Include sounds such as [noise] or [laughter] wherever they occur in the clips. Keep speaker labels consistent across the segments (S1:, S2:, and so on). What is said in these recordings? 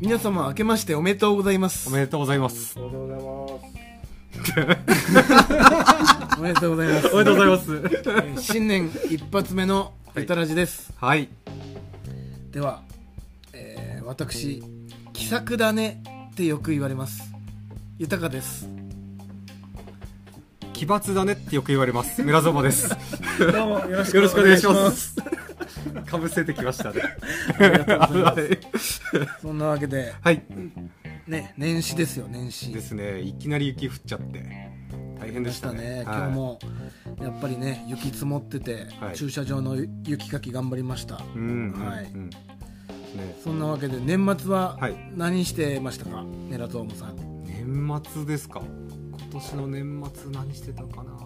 S1: 皆様明けましておめでとうございます
S2: おめでとうございます。
S3: おめでとうございま
S1: お
S3: す
S1: めでとうございます
S2: おめでとうございます。
S1: 新年一発目のベタラジです、
S2: はい。
S1: では、えー、私気さくだねってよく言われます豊かです
S2: 奇抜だねってよく言われます。村園です。
S3: どうもよろしく
S2: よろしくお願いします。 [laughs] かぶせてきましたね。ありがとうございます。
S1: そんなわけで
S2: はい。
S1: ね年始ですよ年始
S2: ですね。いきなり雪降っちゃって。大変で
S1: で
S2: し
S1: したた
S2: ね
S1: ね。
S2: はい
S1: 今日。もやっぱりね雪積もってて、
S2: はい
S1: 駐車場の雪かき頑張りました
S2: うんうん。
S1: はい
S2: うんね。
S1: そんなわけで年末は
S2: はい
S1: 何してましたか、ネラトームさん
S2: 年末ですか。今年の年末何してたかな。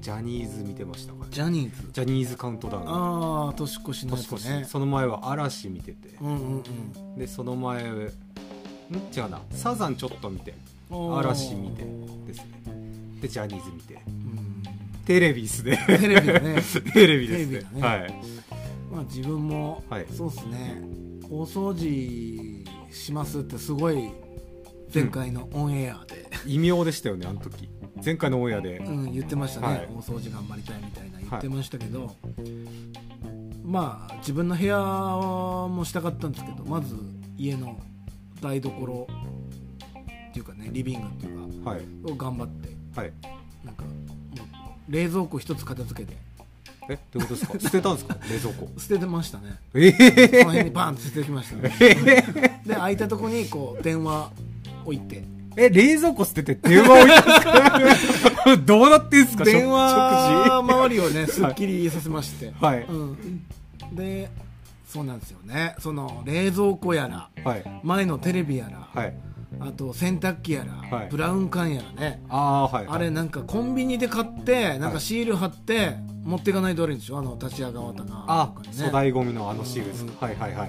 S2: ジャニーズ見てましたかね。
S1: ジャニーズ
S2: ジャニーズカウントダウン。
S1: ああ年越しのや
S2: 年
S1: つ
S2: 越し、
S1: ね
S2: その前は嵐見てて、
S1: うんうんうん
S2: でその前ん違うなサザンちょっと見て
S1: おー
S2: 嵐見てですねでジャニーズ見て
S1: うん
S2: テレビっすね [laughs]
S1: テレビだね [laughs]
S2: テレビで
S1: テレ
S2: すね
S1: ビだね
S2: はい
S1: まあ自分も、
S2: はい
S1: そうっすね大掃除しますってすごい前回のオンエアで、
S2: 異名でしたよねあの時前回のオンエアで、
S1: うん、言ってましたね、
S2: はい
S1: 大掃除頑張りたいみたいな言ってましたけど、まあ自分の部屋もしたかったんですけどまず家の台所っていうかねリビングっていう
S2: はい
S1: かを頑張って
S2: はい
S1: なんかもう冷蔵庫一つ片付けて
S2: えどういうことですか [laughs] 捨てたんですか冷蔵庫
S1: 捨ててましたね
S2: [laughs] え
S1: その
S2: ー、
S1: 辺にバンって捨ててきましたねで空いたとこにこう電話置いて
S2: え冷蔵庫捨てて電話置いたんですか [laughs] どうなってんすか
S1: 電話
S2: 食事
S1: 周りをねすっきりさせまして、
S2: はい、
S1: うん、でそうなんですよねその冷蔵庫やら
S2: はい
S1: 前のテレビやら、
S2: はい
S1: あと洗濯機やら、
S2: はい
S1: ブラウン管やらね
S2: ああーはい
S1: あれなんかコンビニで買ってなんかシール貼って持っていかないと悪いんでしょあの立ち上がわたな
S2: あ、
S1: とか
S2: 粗大ゴミのあのシールですか、はいはいはい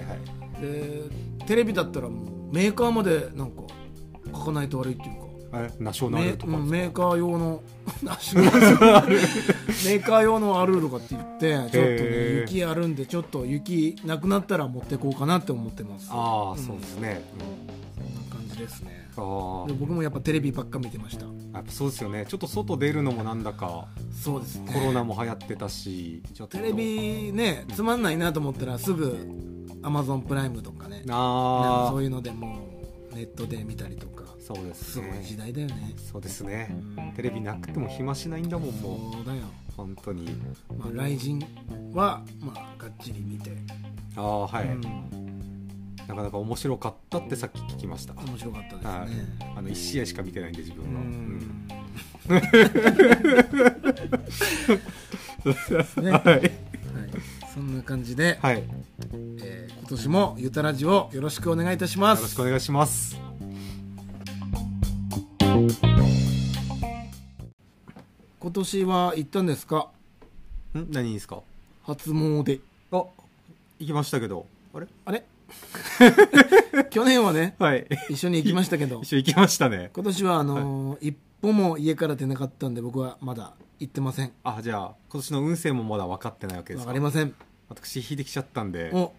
S2: はい
S1: でテレビだったらもうメーカーまでなんか書かないと悪いっていうか
S2: あれナショナ
S1: メ
S2: ルとか
S1: うんメーカー用の [laughs] ナショナルメーカー用のあるとかって言ってちょっとね
S2: へー
S1: 雪あるんでちょっと雪なくなったら持ってこうかなって思ってますそ
S2: ああそうですね、
S1: んな感じですね
S2: あ
S1: で僕もやっぱテレビばっか見てました
S2: あやっぱそうですよねちょっと外出るのもなんだか
S1: そうですね
S2: コロナも流行ってたしちょっと
S1: テレビねつまんないなと思ったらすぐアマゾンプライムとかねなんか
S2: あ
S1: そ
S2: あ
S1: ういうのでもうネットで見たりとか
S2: そうです
S1: すごい時
S2: ね
S1: 代だよね
S2: そうですねテレビなくても暇しないんだもんも
S1: そうだよ
S2: う本当に
S1: まあ雷神はまあがっちり見て、
S2: ああはい、
S1: うん
S2: なかなか面白かったってさっき聞きました
S1: 面白かったですね、
S2: はいあの1試合しか見てないんで自分は、
S1: うん
S2: うん
S1: ね
S2: [laughs] は、
S1: はいそんな感じで、
S2: はい、よ
S1: えー今年もゆたラジをよろしくお願いいたしま
S2: ろ
S1: す
S2: しくお願いします
S1: 今年は行ったんですか
S2: ん何ですか
S1: 初詣
S2: あ行きましたけどあれ
S1: あ
S2: [laughs]
S1: れ去年はね
S2: はい [laughs]
S1: 一緒に行きましたけど
S2: 一緒行きましたね
S1: 今年はあのー一歩も家から出なかったんで僕はまだ行ってません
S2: あじゃあ今年の運勢もまだ分かってないわけで
S1: わ
S2: す
S1: か
S2: か
S1: りません
S2: 私引いてきちゃったんで
S1: お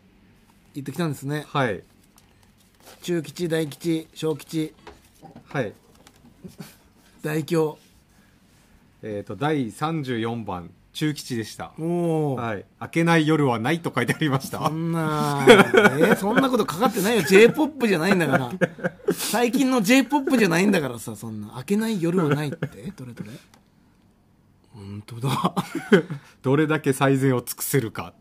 S1: 行ってきたんですね
S2: はい
S1: 中吉大吉小吉
S2: はい
S1: 大凶
S2: えっ、と第34番中吉でした
S1: おお、
S2: はい「明けない夜はない」と書いてありました
S1: そんな、えーそんなことかかってないよ。J-POP じゃないんだから。最近の J-POP じゃないんだからさ、そんな。明けない夜はないってどれどれ本当だ。
S2: どれだけ最善を尽くせるか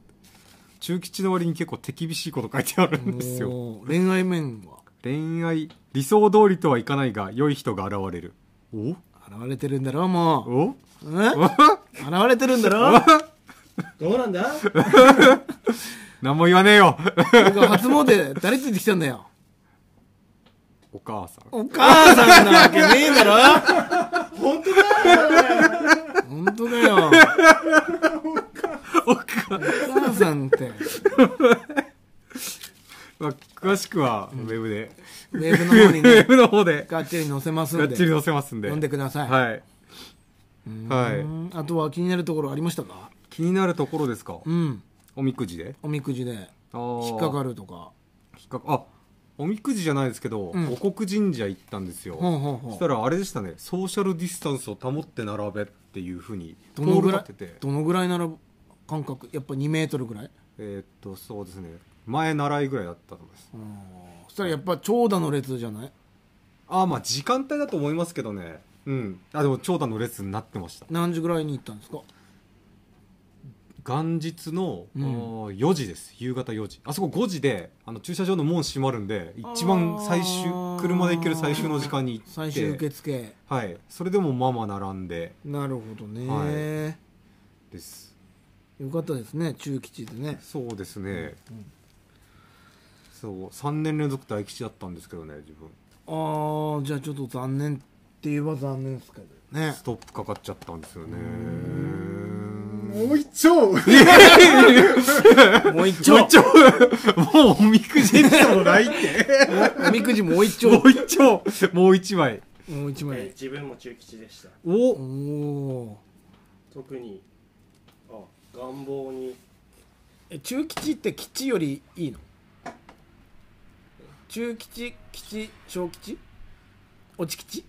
S2: 中吉の割に結構手厳しいこと書いてあるんですよ
S1: もう恋愛面は
S2: 恋愛理想通りとはいかないが良い人が現れるお
S1: 現れてるんだろ、も
S2: お
S1: う。うん現れてるんだろ
S3: どうなんだ
S2: [laughs] 何も言わねえよ
S1: 僕は初詣、誰ついてきたんだよ。
S2: お母さん
S1: お母さんなわけねえだろ
S3: 本当だ
S1: 本当だよ。お母さんって、
S2: まあ詳しくはウェブで、
S1: ウェブ
S2: ウ
S1: の方に
S2: ェ
S1: ね、
S2: ブの方で
S1: がっちり載せますん
S2: が
S1: で。
S2: っちり載せますんで
S1: 読んでください。
S2: はい。
S1: うん
S2: はい
S1: あとは気になるところありましたか
S2: 気になるところですか。
S1: うん。
S2: おみくじで
S1: おみくじで
S2: 引
S1: 引っかかるとか
S2: 引っかかあおみくじじゃないですけど、
S1: うん
S2: 五国神社行ったんですよ、
S1: ほうほうほ
S2: そうしたらあれでしたねソーシャルディスタンスを保って並べっていうふうに
S1: どのぐらい
S2: ポール立ってて
S1: どのぐらいなら間隔やっぱ2メートルぐらい
S2: えーっとそうですね前習いぐらいだったと思います
S1: うんそしたらやっぱ長蛇の列じゃない
S2: ああまあ時間帯だと思いますけどねうんあでも長蛇の列になってました
S1: 何時ぐらいに行ったんですか
S2: 元日の、
S1: うん
S2: あー4時です夕方4時あそこ5時であの駐車場の門閉まるんで一番最終
S1: あー
S2: 車で行ける最終の時間に行って
S1: 最終受付
S2: はいそれでもまあまあ並んで
S1: なるほどね、
S2: はです
S1: よかったですね中吉でね
S2: そうですね、
S1: うん
S2: そう3年連続大吉だったんですけどね自分
S1: ああじゃあちょっと残念って言えば残念ですけどね
S2: ストップかかっちゃったんですよね
S3: もう一
S2: [laughs]
S3: 丁
S1: もう一丁
S2: [laughs] もう一丁もうおみくじ
S3: もないって
S1: おみくじもう一丁
S2: もう一丁 [laughs] もう一枚
S1: もう一
S4: えー
S1: 枚
S4: 自分も中吉でした
S1: お
S2: お
S1: お
S4: 特にあ願望に
S1: え中吉って吉よりいいの中吉吉小吉落ち吉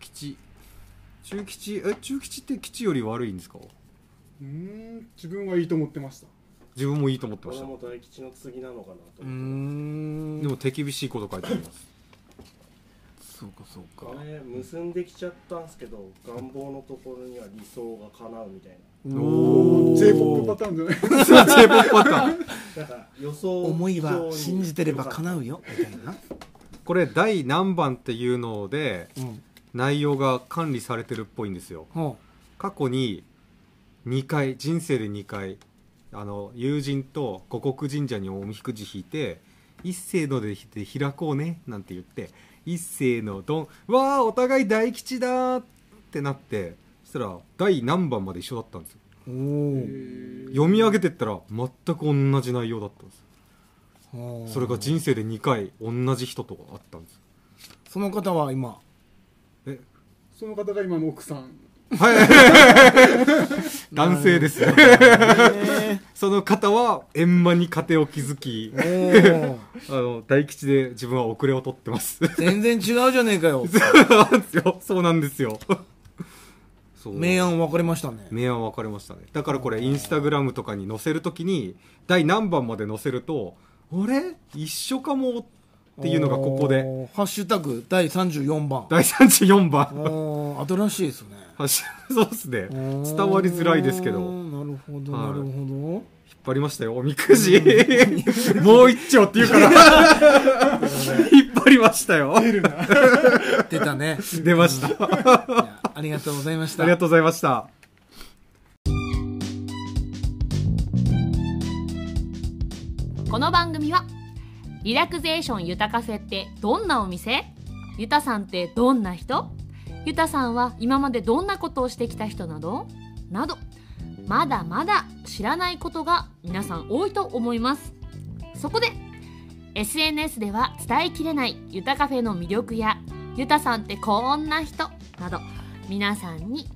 S2: 吉中吉え中吉って吉より悪いんですか
S3: うーん自分はいいと思ってました
S2: 自分もいいと思ってま
S4: こ
S2: し
S4: れ
S2: た
S4: も大吉の次なのかなと
S1: うー
S4: 思っ
S1: ん
S2: でも手厳しいこと書いてあります
S1: そうかそう
S4: てこれ結んできちゃったんですけど願望のところには理想が叶うみたい
S1: おー
S3: j p o p パターンじゃない
S2: [laughs]
S3: [laughs]
S2: j p o p パターン
S4: ななんか予想
S1: [laughs] 思いは信じてれば叶
S4: う
S1: うよみたいな、
S2: これ第何番っていうので
S1: うん、
S2: 内容が管理されてるっぽいんですよ
S1: ほ
S2: 過去に2回人生で2回あの友人と五国神社におみくじ引いて一斉ので引いて開こうねなんて言って一斉のドンわあお互い大吉だーってなってそしたら第何番まで一緒だったんですよ
S1: うお
S2: 読み上げてったら全く同じ内容だったんです
S1: お
S2: それが人生で2回同じ人と会ったんです
S1: その方は今
S2: え
S3: その方が今の奥さん
S2: 男性ですね [laughs] その方は円満に家庭を築き
S1: おー
S2: あの大吉で自分は遅れを取ってます [laughs]
S1: 全然違うじゃねえかよ
S2: そうなんですよそうなんですよそう
S1: 明暗分かれましたね
S2: 明暗分かれましたねだからこれインスタグラムとかに載せるときに第何番まで載せると「あれ一緒かも」っていうのがここで
S1: おーハッシュタグ第34番
S2: 第34番 [laughs]
S1: おー新しいですね
S2: あしそうっすね伝わりづらいですけど
S1: お
S2: 引っ
S1: ーなるほど
S2: はい
S1: なるほ
S2: 張りましたよおみくじもう一丁っていうから
S1: [laughs]
S2: 引っ張りましたよ
S1: ど出た
S2: [laughs]
S1: ね
S2: 出ましたあ
S1: いやありがとうございました
S2: りがとうございました
S5: この番組はリラクゼーションゆたカフェってどんなお店ゆたさんってどんな人ゆたさんは今までどんなことをしてきた人などなどまだまだ知らないことが皆さん多いと思いますそこで SNS では伝えきれないゆたカフェの魅力やゆたさんってこんな人など皆さんに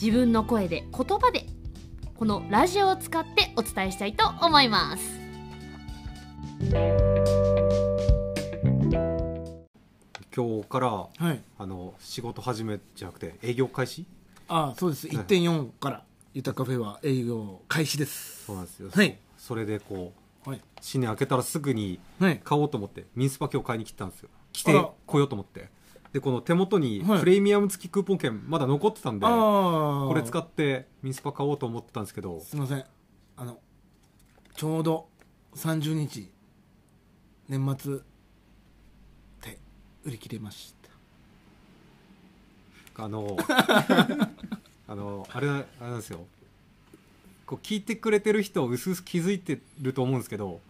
S5: 自分の声で言葉でこのラジオを使ってお伝えしたいと思います
S2: 今日から
S1: はい
S2: あの仕事始めじゃなくて営業開始
S1: あそうです1.4からゆたカフェは営業開始です
S2: そうなんですよ、
S1: はい
S2: それでこう
S1: はい
S2: 新年明けたらすぐに
S1: はい
S2: 買おうと思ってミンスパ今日買いに来たんですよ来
S1: あ
S2: て
S1: ら
S2: 来ようと思ってでこの手元に
S1: はい
S2: プレミアム付きクーポン券まだ残ってたんで、
S1: ああ
S2: これ使
S1: っ
S2: ってミンスパ買おうと思ってたんですけど
S1: すいませんあのちょうど30日年末って売り切れました
S2: あの [laughs] あのあれなあれなんですよこう聞いてくれてる人うすうす気づいてると思うんですけど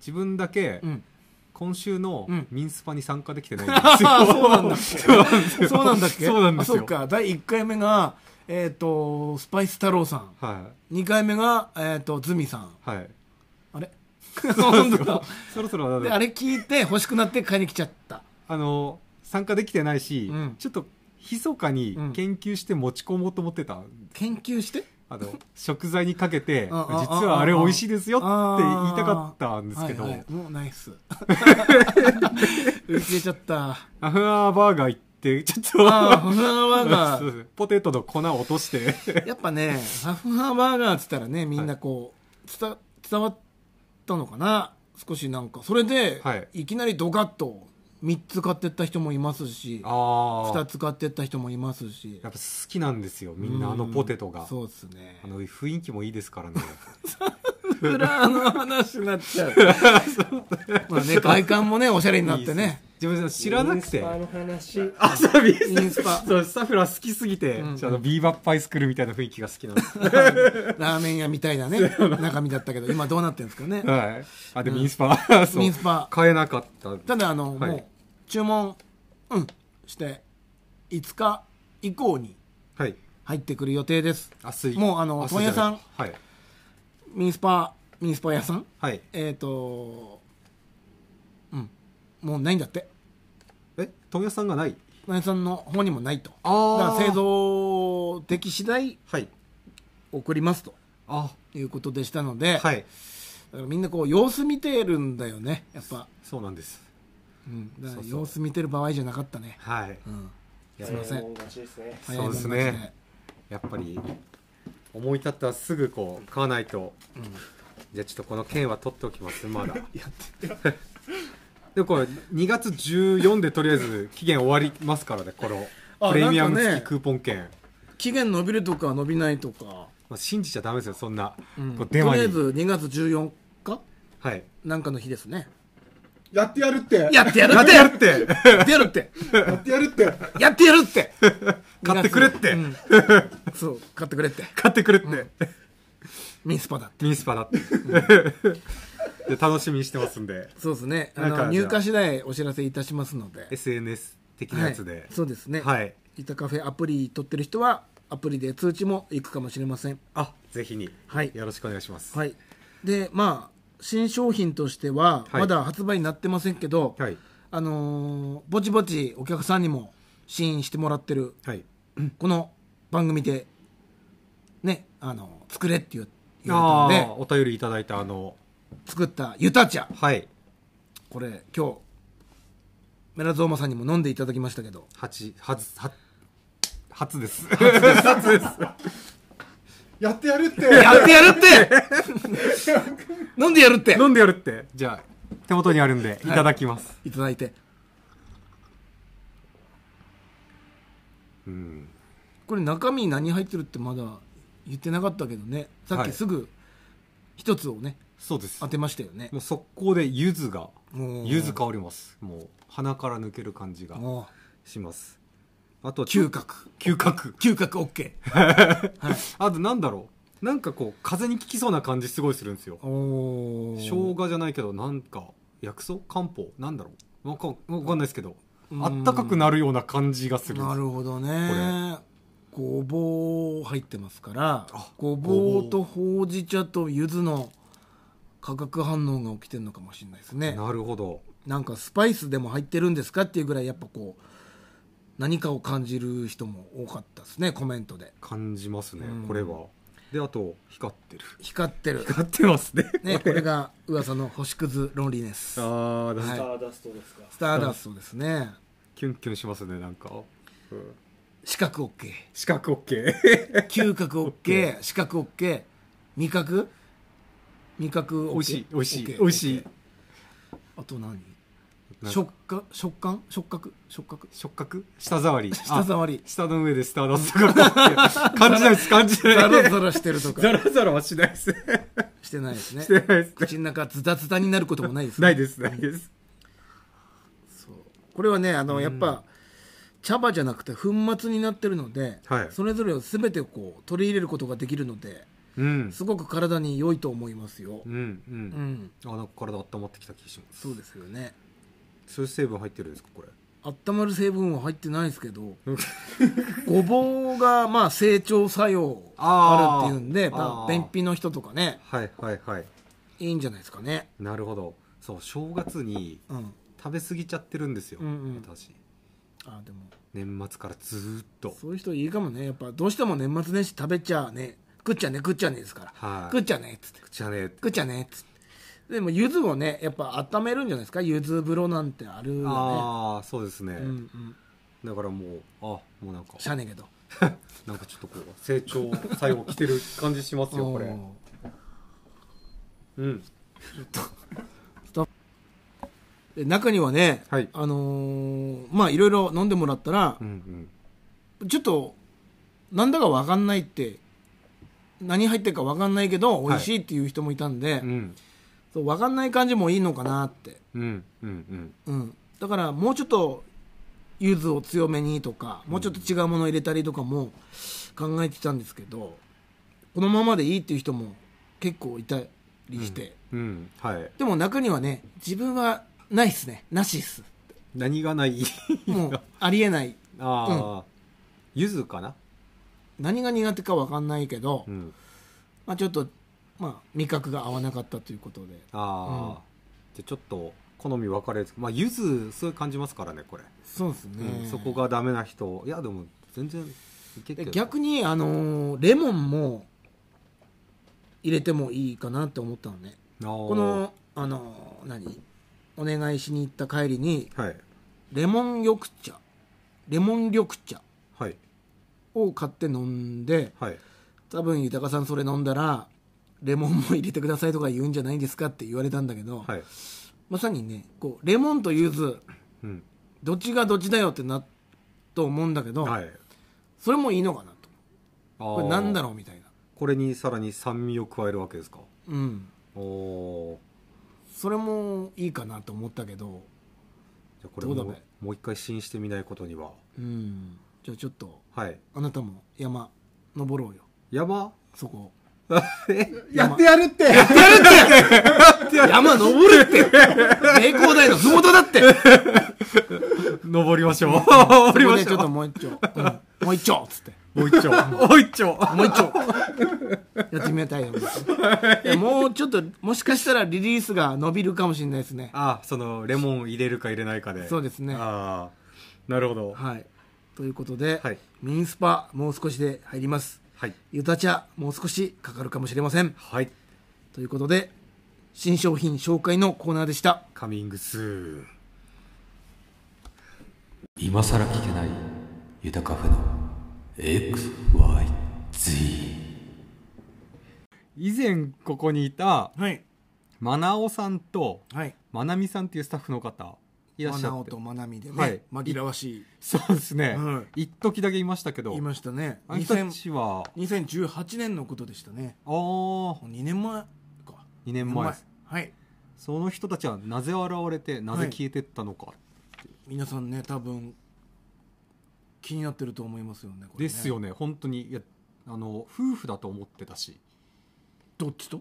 S2: 自分だけ
S1: うん
S2: 今週の
S1: うん
S2: ミンスパに参加できてないんですよ、
S1: あ [laughs] そうなんだ
S2: そうなんですよ
S1: そうなんだっけ
S2: [laughs] そうなんです
S1: あ
S2: よ
S1: そうか第1回目がえっ、とスパイス太郎さん
S2: は
S1: 2回目がえっ、とズミさん
S2: いはい
S1: あ
S2: [laughs]
S1: れ本当だ
S2: そろそろあの
S1: であれ聞いて欲しくなって買いに来ちゃった
S2: あの参加できてないし、
S1: うん
S2: ちょっと密かに研究して持ち込もうと思ってた、
S1: 研究して
S2: あの食材にかけて実
S1: ああ
S2: はあれ美味しいですよって言いたかったんですけど
S1: はいはいもうナイ
S2: [laughs]
S1: ス受けちゃった
S2: アフアーバーガー行って [laughs] ちょ
S1: ああ
S2: っ
S1: ハフハバーガー
S2: とポテトの粉落
S1: [laughs]
S2: として
S1: やっぱね、ハフハバーガーっつったらね、みんなこう、伝伝わったのかな少しなんか。それで、
S2: はい
S1: い、きなりドカッと3つ買ってった人もいますし、
S2: あ
S1: 2
S2: あ
S1: つ買ってった人もいますし
S2: や。っぱ好きなんですよみんなあのポテト
S1: う
S2: が
S1: んそうですね
S2: あ。の雰囲気もいいです
S1: [laughs]
S2: からね
S1: 裏の話になっ [laughs] ちゃう。まあね、外観もね、おしゃれになってね。
S2: 自分知らなくて
S4: インスパの話
S2: あそうビー
S1: インスパ
S2: そうスタフラ好きすぎて、
S1: うん
S2: ちょっとビーバップアイスクールみたいな雰囲気が好きなんです、
S1: ラーメン屋みたいなね、中身だったけど、今どうなってるんですかね。
S2: はい、あでもイン
S1: [laughs]
S2: スパそう
S1: インスパ
S2: 買えなかった
S1: ただあの、
S2: はい
S1: もう注文、うん、して5日以降に
S2: はい
S1: 入ってくる予定です
S2: 明日
S1: もうあの
S2: 明日
S1: 問屋さん
S2: じゃないはい
S1: ミニスパミニスパ屋さん
S2: はい
S1: えっ、とうんもうないんだって
S2: え問屋さんがない
S1: 問屋さんの方にもないとだ
S2: あ
S1: から製造でき次第
S2: はい
S1: 送りますと
S2: あ
S1: いうことでしたので、
S2: はい
S1: だからみんなこう様子見てるんだよねやっぱ、
S2: そうなんです
S1: うん、だか
S2: そ
S1: ら
S2: うそう
S1: 様子見てる場合じゃなかったね
S2: はい
S1: うん
S2: や
S1: すいませ
S4: もうん勝ちですね
S1: 早いもん勝ち
S2: そうですねやっぱり思い立ったらすぐこう買わないと、じゃあちょっとこの券は取っておきます
S1: [laughs]
S2: まだでもこれ2月14でとりあえず期限終わりますからねこの
S1: あ
S2: プレミアム
S1: なんかね
S2: 付きクーポン券、
S1: 期限伸びるとか伸びないとか
S2: まあ、信じちゃダメですよそんな、
S1: うん
S2: こう
S1: とり
S2: デマ
S1: あえ
S2: に
S1: ず2月14日
S2: はい
S1: なんかの日です
S2: [laughs]
S1: ね
S3: やってやるって
S1: やってやる
S2: や
S1: っ
S2: っててやるって [laughs]
S1: やってやるってや
S3: やってやるって
S1: ってやるって
S2: [laughs] 買ってくれって
S1: うんそう買ってくれって
S2: 買ってくれって、
S1: ミンスパだって
S2: ミンスパだって、 [laughs] で楽しみにしてますんで
S1: そうですねあ
S2: なんか
S1: の入荷次第お知らせいたしますので
S2: SNS 的な
S1: は
S2: や
S1: い
S2: つで、
S1: そうですね
S2: はい
S1: イタカフェアプリ取ってる人はアプリで通知もいくかもしれません
S2: あぜひに、
S1: はい
S2: よろしくお願いします
S1: はいでまあ新商品としては
S2: はい
S1: まだ発売になってませんけど、
S2: はい
S1: あのーぼちぼちお客さんにも試飲してもらってる
S2: はい
S1: この番組でねあの作れって言う言
S2: あ
S1: われた
S2: ー
S1: ので
S2: お便りいただいたあの
S1: 作ったユタ茶
S2: はい
S1: これ今日メラゾーマさんにも飲んでいただきましたけど
S2: 初初初初です
S3: やってやるって
S1: [laughs] やってやるって [laughs] 飲んでやるって
S2: 飲んでやるってじゃあ手元にあるんでいただきます、
S1: いただいて
S2: うん
S1: これ中身何入ってるってまだ言ってなかったけどねさっきすぐ一つをね
S2: そうです
S1: 当てましたよね
S2: もう速攻で柚子が
S1: おー
S2: 柚子香りますもう鼻から抜ける感じが
S1: も
S2: しますあと
S1: う嗅覚
S2: 嗅覚
S1: 嗅覚 OK
S2: [laughs] あとなんだろうなんかこう風に効きそうな感じすごいするんですよ
S1: おー
S2: 生姜じゃないけどなんか薬草漢方なんだろうわかわかんないですけど
S1: うん
S2: あったかくなるような感じがするんです
S1: なるほどねごぼう入ってますからごぼうとほうじ茶と柚子の化学反応が起きてるのかもしれないですね
S2: なるほど
S1: なんかスパイスでも入ってるんですかっていうぐらいやっぱこう何かを感じる人も多かったですねコメントで
S2: 感じますね、
S1: うん
S2: これはであと光ってる
S1: 光ってる、
S2: [laughs] 光ってますね
S1: ね、これが噂の星屑論理ですス
S2: [laughs] ああ
S4: ス
S2: なん
S4: タ
S2: か
S4: ーダストですか
S1: ターダストですね
S2: キュンキュンしますねなんか、うん、
S1: 視覚 OK
S2: 四角 OK
S1: 嗅覚 OK 視覚 OK 味覚味覚 OK
S2: 美味しい美味しい
S1: OK
S2: 美味しい
S1: あと何
S2: なんか
S1: 食感食感触覚触
S2: [laughs]
S1: 覚
S2: 触覚舌触 [laughs] り
S1: 舌触り
S2: あ舌の上でスターダストがこう感じないです感じな
S1: ザ
S2: いで
S1: ラ
S2: す
S1: ザラしてると
S2: ザ
S1: か
S2: ラザラはしないですね
S1: してないですね
S2: してないですね
S1: 口の中ズタズタになることもないですね
S2: [laughs] ないですないです
S1: そうこれはねあのやっぱ茶葉じゃなくて粉末になってるので、
S2: はい
S1: それぞれを全てこう取り入れることができるので
S2: うん
S1: すごく体に良いと思いますよ
S2: う
S1: うん、
S2: んうん、あなんか体温まってきた気がします
S1: そうですよね
S2: そういう成分入ってるんですかこれ
S1: 温まる成分は入ってないですけ
S2: [laughs]
S1: どごぼうがまあ成長作用あ
S2: あー
S1: るっていうんで
S2: あー
S1: 便秘の人とかね
S2: はいはいはい
S1: いいんじゃないですかね、
S2: なるほどそう正月に
S1: うん、
S2: 食べ過ぎちゃってるんですよ、
S1: うんうん
S2: 私
S1: あでも
S2: 年末からずーっと
S1: そういう人いいかもねやっぱどうしても年末年始食べちゃね食っちゃね食っちゃねですから、
S2: はい
S1: 食っちゃねっつって
S2: くちゃね
S1: 食っちゃねっつってでも柚子をねやっぱ温めるんじゃないですか柚子風呂なんてあるよ
S2: ああそうですね、
S1: ねうんうん
S2: だからもうあもうなんか
S1: しゃあねえけど
S2: なんかちょっとこう成長最後来てる感じしますよこれ
S1: お
S2: うん
S1: ーで中にはね、
S2: はい
S1: あのーまあいろいろ飲んでもらったら
S2: うんう、ん
S1: ちょっとなんだかわかんないって何入ってるかわかんないけど美味しいっていう人もいたんで、
S2: うん
S1: そうわかんない感じもいいのかなって
S2: うんうんうん
S1: うん、だからもうちょっと柚子を強めにとかもうちょっと違うものを入れたりとかも考えてたんですけどこのままでいいっていう人も結構いたりして、
S2: うんはい
S1: でも中にはね自分はないっすねなしっす
S2: 何がない
S1: もうありえない
S2: ああゆずかな
S1: 何が苦手か分かんないけど、
S2: うん
S1: まあ、ちょっと、まあ、味覚が合わなかったということで
S2: ああじゃあちょっと好み分かれるまあゆずすごい感じますからねこれ
S1: そうですね
S2: うんそこがダメな人いやでも全然いけ
S1: で
S2: てる
S1: 逆に、あのーレモンも入れてもいいかなって思ったのねこ
S2: こ
S1: のあの何お願いしに行った帰りに
S2: はい
S1: レモン緑茶レモン緑茶
S2: はい
S1: を買って飲んで
S2: はい
S1: 多分豊さんそれ飲んだらレモンも入れてくださいとか言うんじゃないですかって言われたんだけど、
S2: はい
S1: まさにねこうレモンと柚子
S2: うん
S1: どっちがどっちだよってなと思うんだけど、
S2: はい
S1: それもいいのかなとこ
S2: こ
S1: れなんだ
S2: ろう
S1: ろうみたいな
S2: これにさらに酸味を加えるわけですか
S1: うん
S2: おおー
S1: それもいいかなと思ったけど
S2: じゃあこれも
S1: どうだべ
S2: もう一回試してみないことには
S1: うんじゃあちょっと
S2: はい
S1: あなたも山登ろうよ
S2: 山
S1: そこ
S3: やってやるってやって
S1: 山登るって名工大のふもとだ [laughs] って
S2: [laughs] 登りま [laughs] しょう登り
S1: そこ
S2: ま
S1: で
S2: し
S1: ちょ
S2: ょ
S1: っ
S2: [laughs]
S1: ともう一丁、うんもう一丁っつって
S2: うもう一丁もう一丁
S1: もう一丁やってみたいと思いますいやもうちょっともしかしたらリリースが伸びるかもしれないですね
S2: [laughs] あそのレモン入れるか入れないかで
S1: そうですね
S2: ああなるほど
S1: はいということで、
S2: はい
S1: ミンスパもう少しで入ります
S2: はい
S1: ユタ茶もう少しかかるかもしれません
S2: はい
S1: ということで新商品紹介のコーナーでした
S2: カミングスーン
S6: 今さら聞けないユタカフェの XYZ
S2: 以前ここにいた
S1: はい
S2: マナオさんと
S1: はい
S2: マナミさんっていうスタッフの方いらっ
S1: マ
S2: しゃ
S1: ナオ
S2: って
S1: とマナミでね、
S2: はい
S1: 紛らわしい
S2: そうですね
S1: は
S2: 一時だけいましたけど
S1: 言いましたね
S2: あの人たちは
S1: 2018年のことでしたね
S2: ああ2
S1: もう2年前か
S2: 年前です
S1: はい
S2: その人たちはなぜ現れてなぜ消えてったのか、
S1: 皆さんね多分気になってると思いますよねこれね
S2: ですよね本当にいやあの夫婦だと思ってたし
S1: どっちと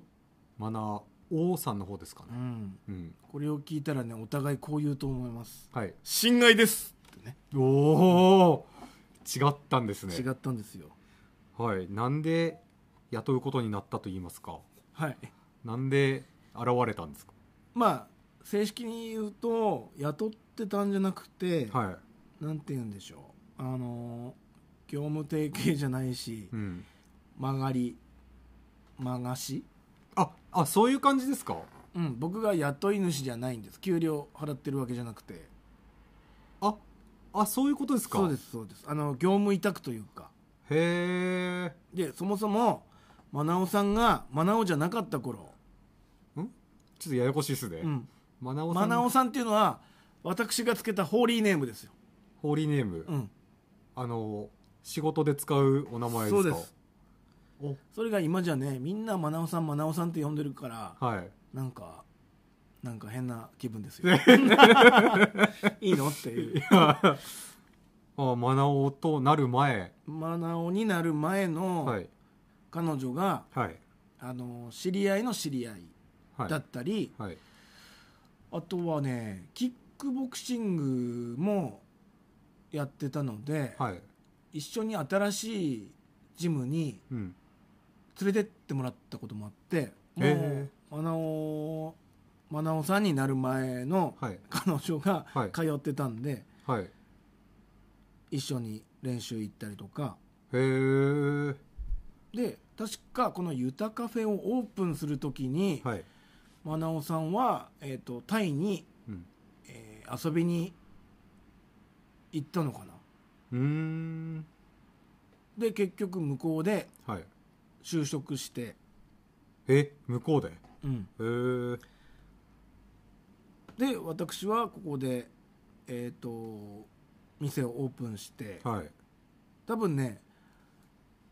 S2: マナー王さんの方ですか
S1: う
S2: ね、
S1: ん
S2: うん
S1: これを聞いたらねお互いこう言うと思います
S2: はい
S1: 侵害ですってね
S2: おお違ったんですね
S1: 違ったんですよ
S2: はいなんで雇うことになったと言いますか
S1: はい
S2: なんで現れたんですか
S1: まあ正式に言うと雇ってたんじゃなくて、
S2: はい、
S1: なんて言うんでしょうあのー業務提携じゃないし
S2: うん、
S1: 曲がり曲がし
S2: ああそういう感じですか
S1: うん、僕が雇い主じゃないんです給料払ってるわけじゃなくて
S2: ああそういうことですか
S1: そうですそうですあの業務委託というか
S2: へ
S1: でそもそもマナオさんがマナオじゃなかった頃、
S2: えんちょっとややこしいっすね、
S1: うん、
S2: マナオさ
S1: マ
S2: ん
S1: ナオさんっていうのは私がつけたホーリーネームですよ、
S2: ホーリーネーム、
S1: うん、
S2: あの仕事で使うお名前です
S1: そ
S2: か
S1: うですそれが今じゃねみんなマナオさんマナオさんって呼んでるから
S2: はい
S1: なんかなんか変な気分です
S2: [laughs]
S1: よいいのっていう
S2: あマナオとなる前
S1: マナオになる前
S2: は
S1: の
S2: い
S1: 彼女が、
S2: はい
S1: あの知り合いの知り合い
S2: はい
S1: だったり、
S2: はい
S1: あとはねキックボクシングもやってたので、
S2: はい
S1: 一緒に新しいジムに
S2: うん
S1: 連れてってもらったこともあってもう
S2: へ
S1: マナオマナオさんになる前の
S2: はい
S1: 彼女が
S2: はい
S1: 通ってたんで、
S2: はいへ
S1: 一緒に練習行ったりとか
S2: え
S1: で確かこの「ユタカフェ」をオープンするときに、
S2: はい、
S1: マナオさんは、えー、とタイに、
S2: うん
S1: えー遊びに行ったのかな
S2: うーん
S1: で結局向こうで
S2: はい
S1: 就職して、
S2: え向こうでへ
S1: うん、
S2: えー、
S1: で私はここでえっ、と店をオープンして
S2: はい
S1: 多分ね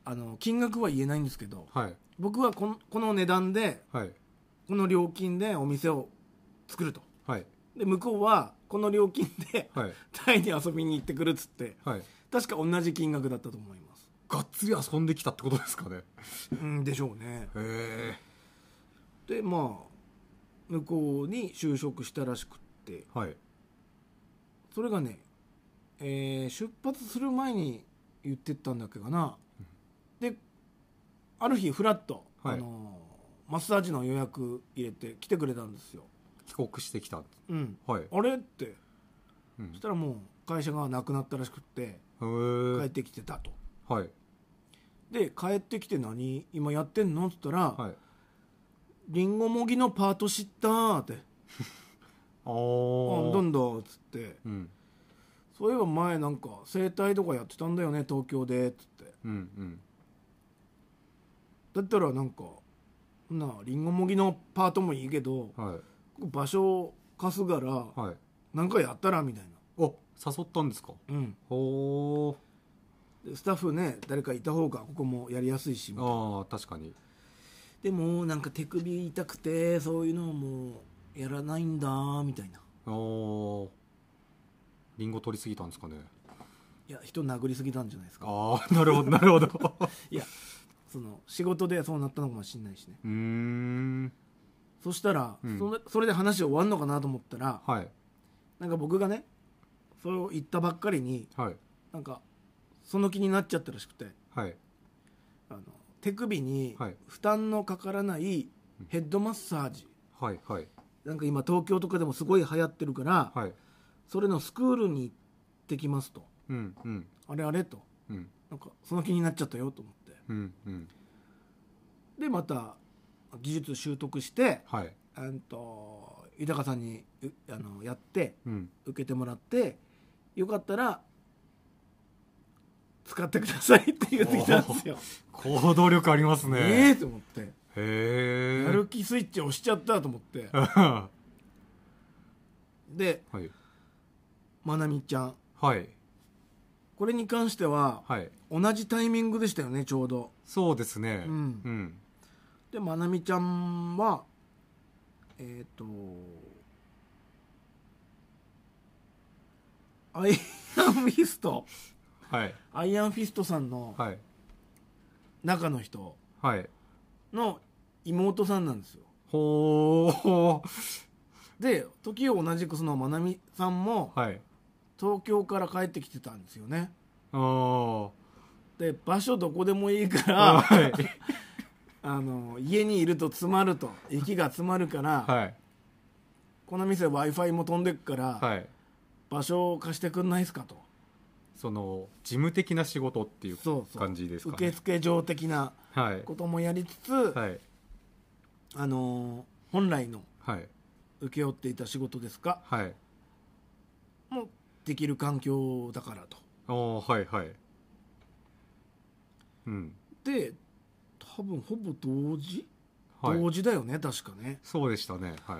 S1: あの金額は言えないんですけど
S2: はい
S1: 僕はこのこの値段で
S2: はい
S1: この料金でお店を作ると
S2: はい
S1: で向こうはこの料金で、
S2: はい
S1: タイに遊びに行ってくるっつって
S2: はい
S1: 確か同じ金額だったと思います
S2: がっつり遊んできたってことですかね
S1: うんでしょうね
S2: へえ
S1: でまあ向こうに就職したらしくって
S2: はい
S1: それがね、えー出発する前に言ってったんだっけかな、である日フラッと、
S2: はい
S1: あのーマッサージの予約入れて来てくれたんですよ、
S2: 帰国してきた
S1: うん、
S2: はいへ
S1: あれって、
S2: うん
S1: そしたらもう会社がなくなったらしくって
S2: え
S1: 帰っ
S2: ー、
S1: てきてたと、
S2: はい
S1: で帰ってきて何今やってんのって言ったら、
S2: はい
S1: リンゴもぎのパート知ったーって
S2: あ
S1: 「あど
S2: ー
S1: んだ」っつって
S2: うん
S1: 「そういえば前なんか整体とかやってたんだよね東京で」っつって
S2: うんうん
S1: だったらなんかなありんごもぎのパートもいいけど
S2: はい
S1: 場所を貸すから
S2: はい
S1: なんかやったらみたい
S2: お誘ったんですか
S1: な、うん、
S2: ほー
S1: でスタッフね誰かいた方がここもやりやすいしみたいな
S2: ああ確かに
S1: でもなんか手首痛くてそういうのをもうやらないんだみたいな
S2: あーリンゴ取りすぎたんですかね
S1: いや人殴りすぎたんじゃないですか
S2: あ [laughs] あなるほどなるほど
S1: いやその仕事でそうなったのかもしれないしね
S2: うーん
S1: そしたら、
S2: うん
S1: それそれで話終わんのかなと思ったら
S2: はい
S1: なんか僕がねそれを言ったばっかりに
S2: はい
S1: なんかその気になっちゃったらしくて
S2: はい
S1: あの手首に
S2: はい
S1: 負担のかからないヘッドマッサージ、
S2: はいはい
S1: なんか今東京とかでもすごい流行ってるから、
S2: はい
S1: それのスクールに行ってきますと
S2: うんうん
S1: あれあれと
S2: うん
S1: なんかその気になっちゃったよと思って
S2: うんうん
S1: でまた技術習得して
S2: はい
S1: あんと豊さんにうあのやって
S2: うん
S1: 受けてもらってよかったら使ってくださいって言ってきたん
S2: [laughs]
S1: ですよ。
S2: 行動力ありますね
S1: ええと思って
S2: へえ
S1: やる気スイッチ押しちゃったと思って
S2: [laughs] は
S1: で
S2: い
S1: まなみちゃん
S2: はい
S1: これに関しては
S2: はい
S1: 同じタイミングでしたよねちょうど
S2: そうですね
S1: うん
S2: うん
S1: でまなみちゃんはえっ、とアイアンフィスト
S2: はい
S1: アイアンフィストさんの
S2: はい
S1: 中の人
S2: はい
S1: の妹さんなんですよ
S2: ほー
S1: で時を同じくそのまなみさんも
S2: はい
S1: 東京から帰ってきてたんですよね
S2: あー
S1: で場所どこでもいいから
S2: はい
S1: あの家にいると詰まると息が詰まるから、
S2: はい
S1: この店 w i f i も飛んでくから、
S2: はい
S1: 場所を貸してくんないですかと
S2: その事務的な仕事っていう
S1: そうそう
S2: 感じですか
S1: 受
S2: ね
S1: 付嬢的な
S2: はい
S1: こともやりつつ、
S2: はい
S1: あのー本来の
S2: はい
S1: 請け負っていた仕事ですか
S2: はい
S1: もうできる環境だからと
S2: ああはいはいうん
S1: で多分ほぼ同時、
S2: はい
S1: 同時だよね確かね
S2: そうでしたねはい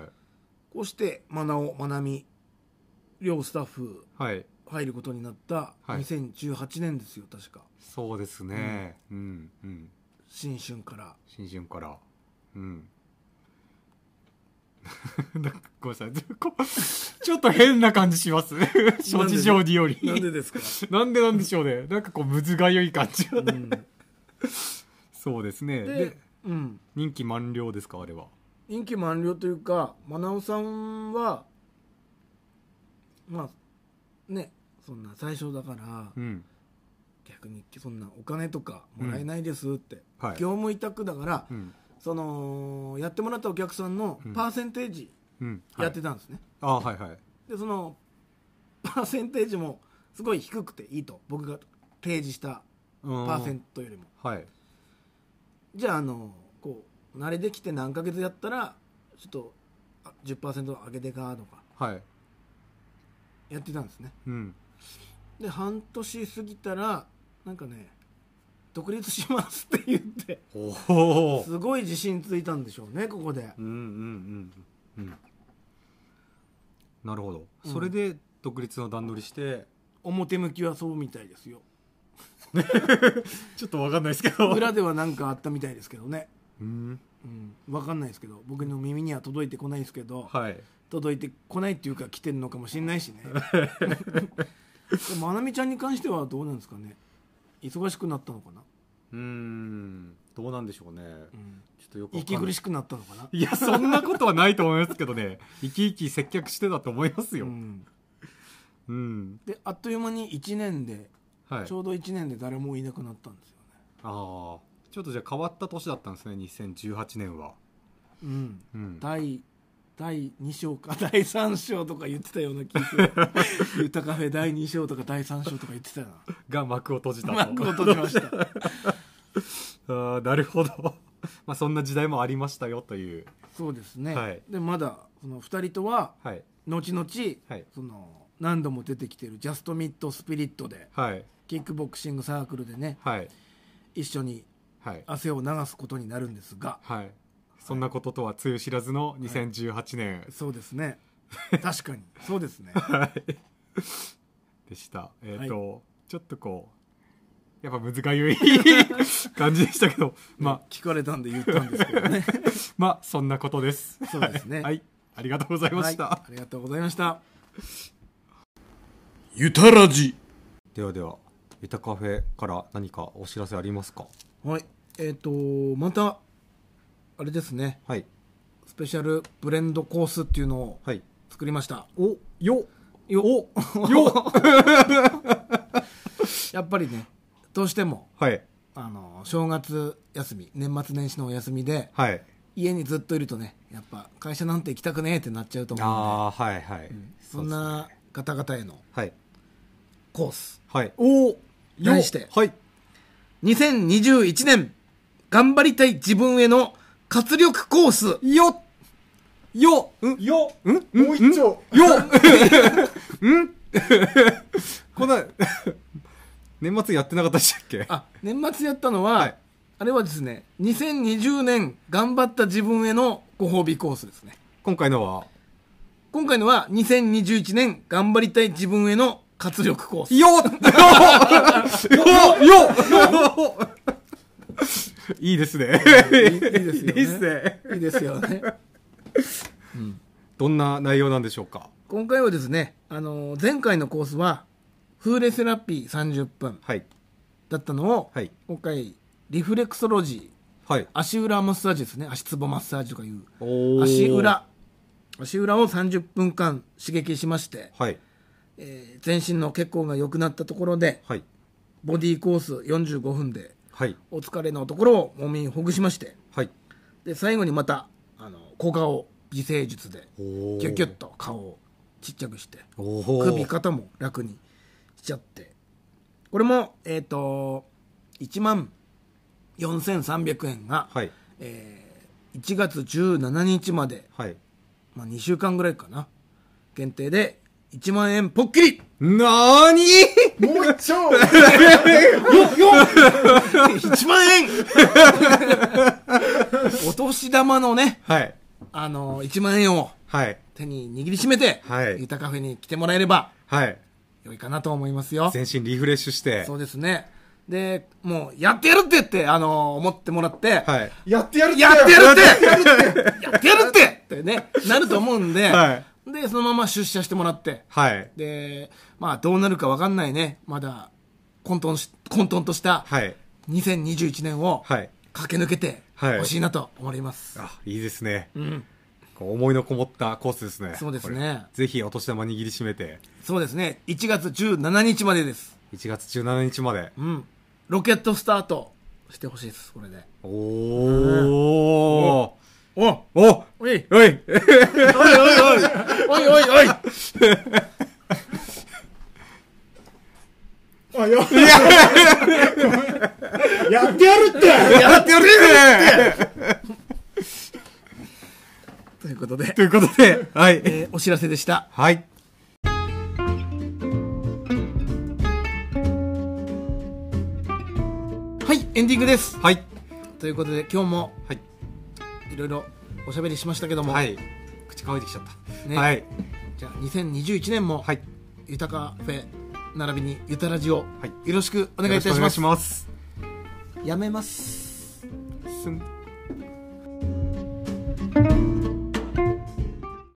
S1: こうしてまなおまなみ両スタッフ
S2: はい
S1: 入ることになった
S2: はい
S1: 2018年ですよ、確か
S2: そうですねうんうん
S1: 新春から
S2: 新春からうん [laughs] なんかごめんなさいちょこちょっと変な感じします
S1: [laughs]
S2: 諸事情により
S1: なんでですか、
S2: なんでなんでしょうねなんかこうむずがゆい感じが
S1: う
S2: ね
S1: ん、
S2: そうですねで
S1: で、うん、
S2: 任期満了ですかあれは
S1: 任期満了というかマナオさんはまあねそんな最初だから
S2: うん
S1: 逆にそんなお金とかもらえないですって、
S2: はい
S1: 業務委託だから、
S2: うん
S1: そのやってもらったお客さんの
S2: うん
S1: パーセンテージ
S2: うんはい
S1: やってたんですね、
S2: ああはいはい
S1: でそのパーセンテージもすごい低くていいと僕が提示した
S2: パ
S1: パーセントよりも
S2: はい
S1: じゃああのこう慣れてきて何ヶ月やったらちょっとあ10%上げてかとか
S2: はい
S1: やってたんですね
S2: うん
S1: で半年過ぎたらなんかね独立しますって言って
S2: おお
S1: すごい自信ついたんでしょうねここで
S2: うんうんうんうんなるほど、それで独立の段取りして
S1: 表向きはそうみたいですよ
S2: ちょっとわかんないですけど
S1: 裏では何かあったみたいですけどね、
S2: うん
S1: うん、分かんないですけど僕の耳には届いてこないですけど、
S2: はい
S1: 届いてこないっていうか来てるのかもしれない
S2: [laughs]
S1: しねでもまなみちゃんに関してはどうなんですかね忙しくなったのかな、
S2: うーんどうなんでしょうね、
S1: うん、
S2: ちょっとよくわかん
S1: 息
S2: ない
S1: 苦しくなったのかない
S2: やそんなことはないと思いますけどね生き生き接客してたと思いますよ
S1: う
S2: うん、
S1: ん、であっという間に1年で
S2: はい
S1: ちょうど1年で誰もいなくなったんですよね
S2: ああちょっとじゃあ変わった年だったんですね2018年は
S1: うん
S2: うん
S1: 第第2章か [laughs] 第3章とか言ってたような気がする
S2: [laughs]
S1: 「ゆたカフェ」第2章とか第3章とか言ってたな
S2: が幕を閉じたと
S1: 幕
S2: [laughs]
S1: を閉じました
S2: ああなるほど [laughs] まあそんな時代もありましたよという
S1: そうですね、
S2: はい
S1: でまだその2人とは
S2: はい
S1: 後々、
S2: はい
S1: その何度も出てきてるジャストミッドスピリットで
S2: はい
S1: キックボクシングサークルでね
S2: はい
S1: 一緒に
S2: はい
S1: 汗を流すことになるんですが
S2: はいそんなこととはつゆ知らずの2018年
S1: そうですね確かにそうです
S2: [laughs]
S1: ねは
S2: でした、えっ、と、ちょっとこうやっぱ難
S1: [laughs]
S2: がゆい感じでしたけどま
S1: 聞かれたんで言ったんですけどね
S2: あまあそんなことです
S1: そうですね
S2: はいありがとうございました、
S1: はい、ありがとうございました
S6: ゆたらじ
S2: ではではゆたカフェから何かお知らせありますか
S1: はいえっ、とまたあれですね
S2: はい
S1: スペシャルブレンドコースっていうのを
S2: はい
S1: 作りました、
S2: およ
S1: よ
S2: およ
S1: やっぱりねどうしても
S2: はい
S1: あの正月休み年末年始のお休みで
S2: はい
S1: 家にずっといるとねやっぱ会社なんて行きたくねえってなっちゃうと思
S2: ああはいはい、
S1: うんでそんな方々への
S2: はい
S1: コース
S2: はい
S1: を題し
S2: よ
S1: て
S2: はい
S1: 2021年頑張りたい自分への活力コース
S2: よようん
S3: よ
S2: うん
S3: もう一丁
S2: ようんこんな [laughs] 年末やってなかったでしたっけ
S1: あ年末やったのは、
S2: はい
S1: あれはですね2020年頑張った自分へのご褒美コースですね
S2: 今回のは
S1: 今回のは2021年頑張りたい自分への活力コース
S2: よよよいいですね。
S1: いいいですよね
S2: いいですね。
S1: いいですよね
S2: どんな内容なんでしょうか
S1: 今回はですね、あの前回のコースはフーレセラピー30分
S2: はい。
S1: だったのを、
S2: はい
S1: 今回リフレクソロジー
S2: はい。
S1: 足裏マッサージですね足つぼマッサージとかいう
S2: おー
S1: 足。裏足裏を30分間刺激しまして、
S2: はい。
S1: えー全身の血行が良くなったところで
S2: はい。
S1: ボディーコース45分で
S2: はい。
S1: お疲れのところを揉みほぐしまして
S2: はい。
S1: で最後にまたあの小顔美声術で
S2: おー
S1: キュッキュッと顔をちっちゃくして
S2: おー
S1: 首肩も楽にしちゃってこれもえっ、と1万4300円が、
S2: はい。
S1: えー1月17日まで、
S2: はい。
S1: まあ、2週間ぐらいかな限定で1万円ポッキリ
S2: なーに [laughs]
S3: もう一丁
S1: 1万円 [laughs] お年玉のね、
S2: はい。
S1: あの1万円を
S2: はい。
S1: 手に握りしめて、
S2: はい
S1: ユタカフェに来てもらえれば
S2: はい。
S1: 良いかなと思いますよ。
S2: [laughs] 全身リフレッシュして。
S1: そうですね。で、もう、やってやるって言って、あの思ってもらって、
S2: はい。
S3: やってやるって
S1: やってやる
S2: [laughs]
S1: ってやってやるってってね、なると思うんで、
S2: は
S1: で、そのまま出社してもらって、
S2: はい。
S1: で、まあ、どうなるかわかんないね、まだ、混沌し、混沌とした、
S2: はい。
S1: 2021年を、
S2: はい。
S1: 駆け抜けて、
S2: はい
S1: ほしいなと思います。
S2: あ、いいですね。
S1: うん。
S2: こう思いのこもったコースですね。
S1: そうですね
S2: これぜひお年玉握りしめて、
S1: そうですね、1月17日までです。
S2: 1月17日まで。
S1: うん。ロケットスタートしてほしいです、これで。
S2: おー。
S1: お
S2: お
S1: おいお
S2: おい
S1: いおい
S2: [laughs]
S1: おい
S3: あよ
S4: やってやるって
S2: やってやるって
S1: ということで
S2: と、いうことで、はい。
S1: えーお知らせでした
S2: はい。
S1: はいエンディングです
S2: はい。
S1: ということで今日も
S2: はい。
S1: いろいろおしゃべりしましたけども、
S2: はい。口乾いてきちゃった。
S1: ね
S2: はい。
S1: じゃあ2021年も、
S2: はい。
S1: ゆたかフェ並びにゆたラジオ、
S2: はい
S1: よろしくお
S2: お
S1: 願いいたします
S2: ます。
S1: やめます
S2: すん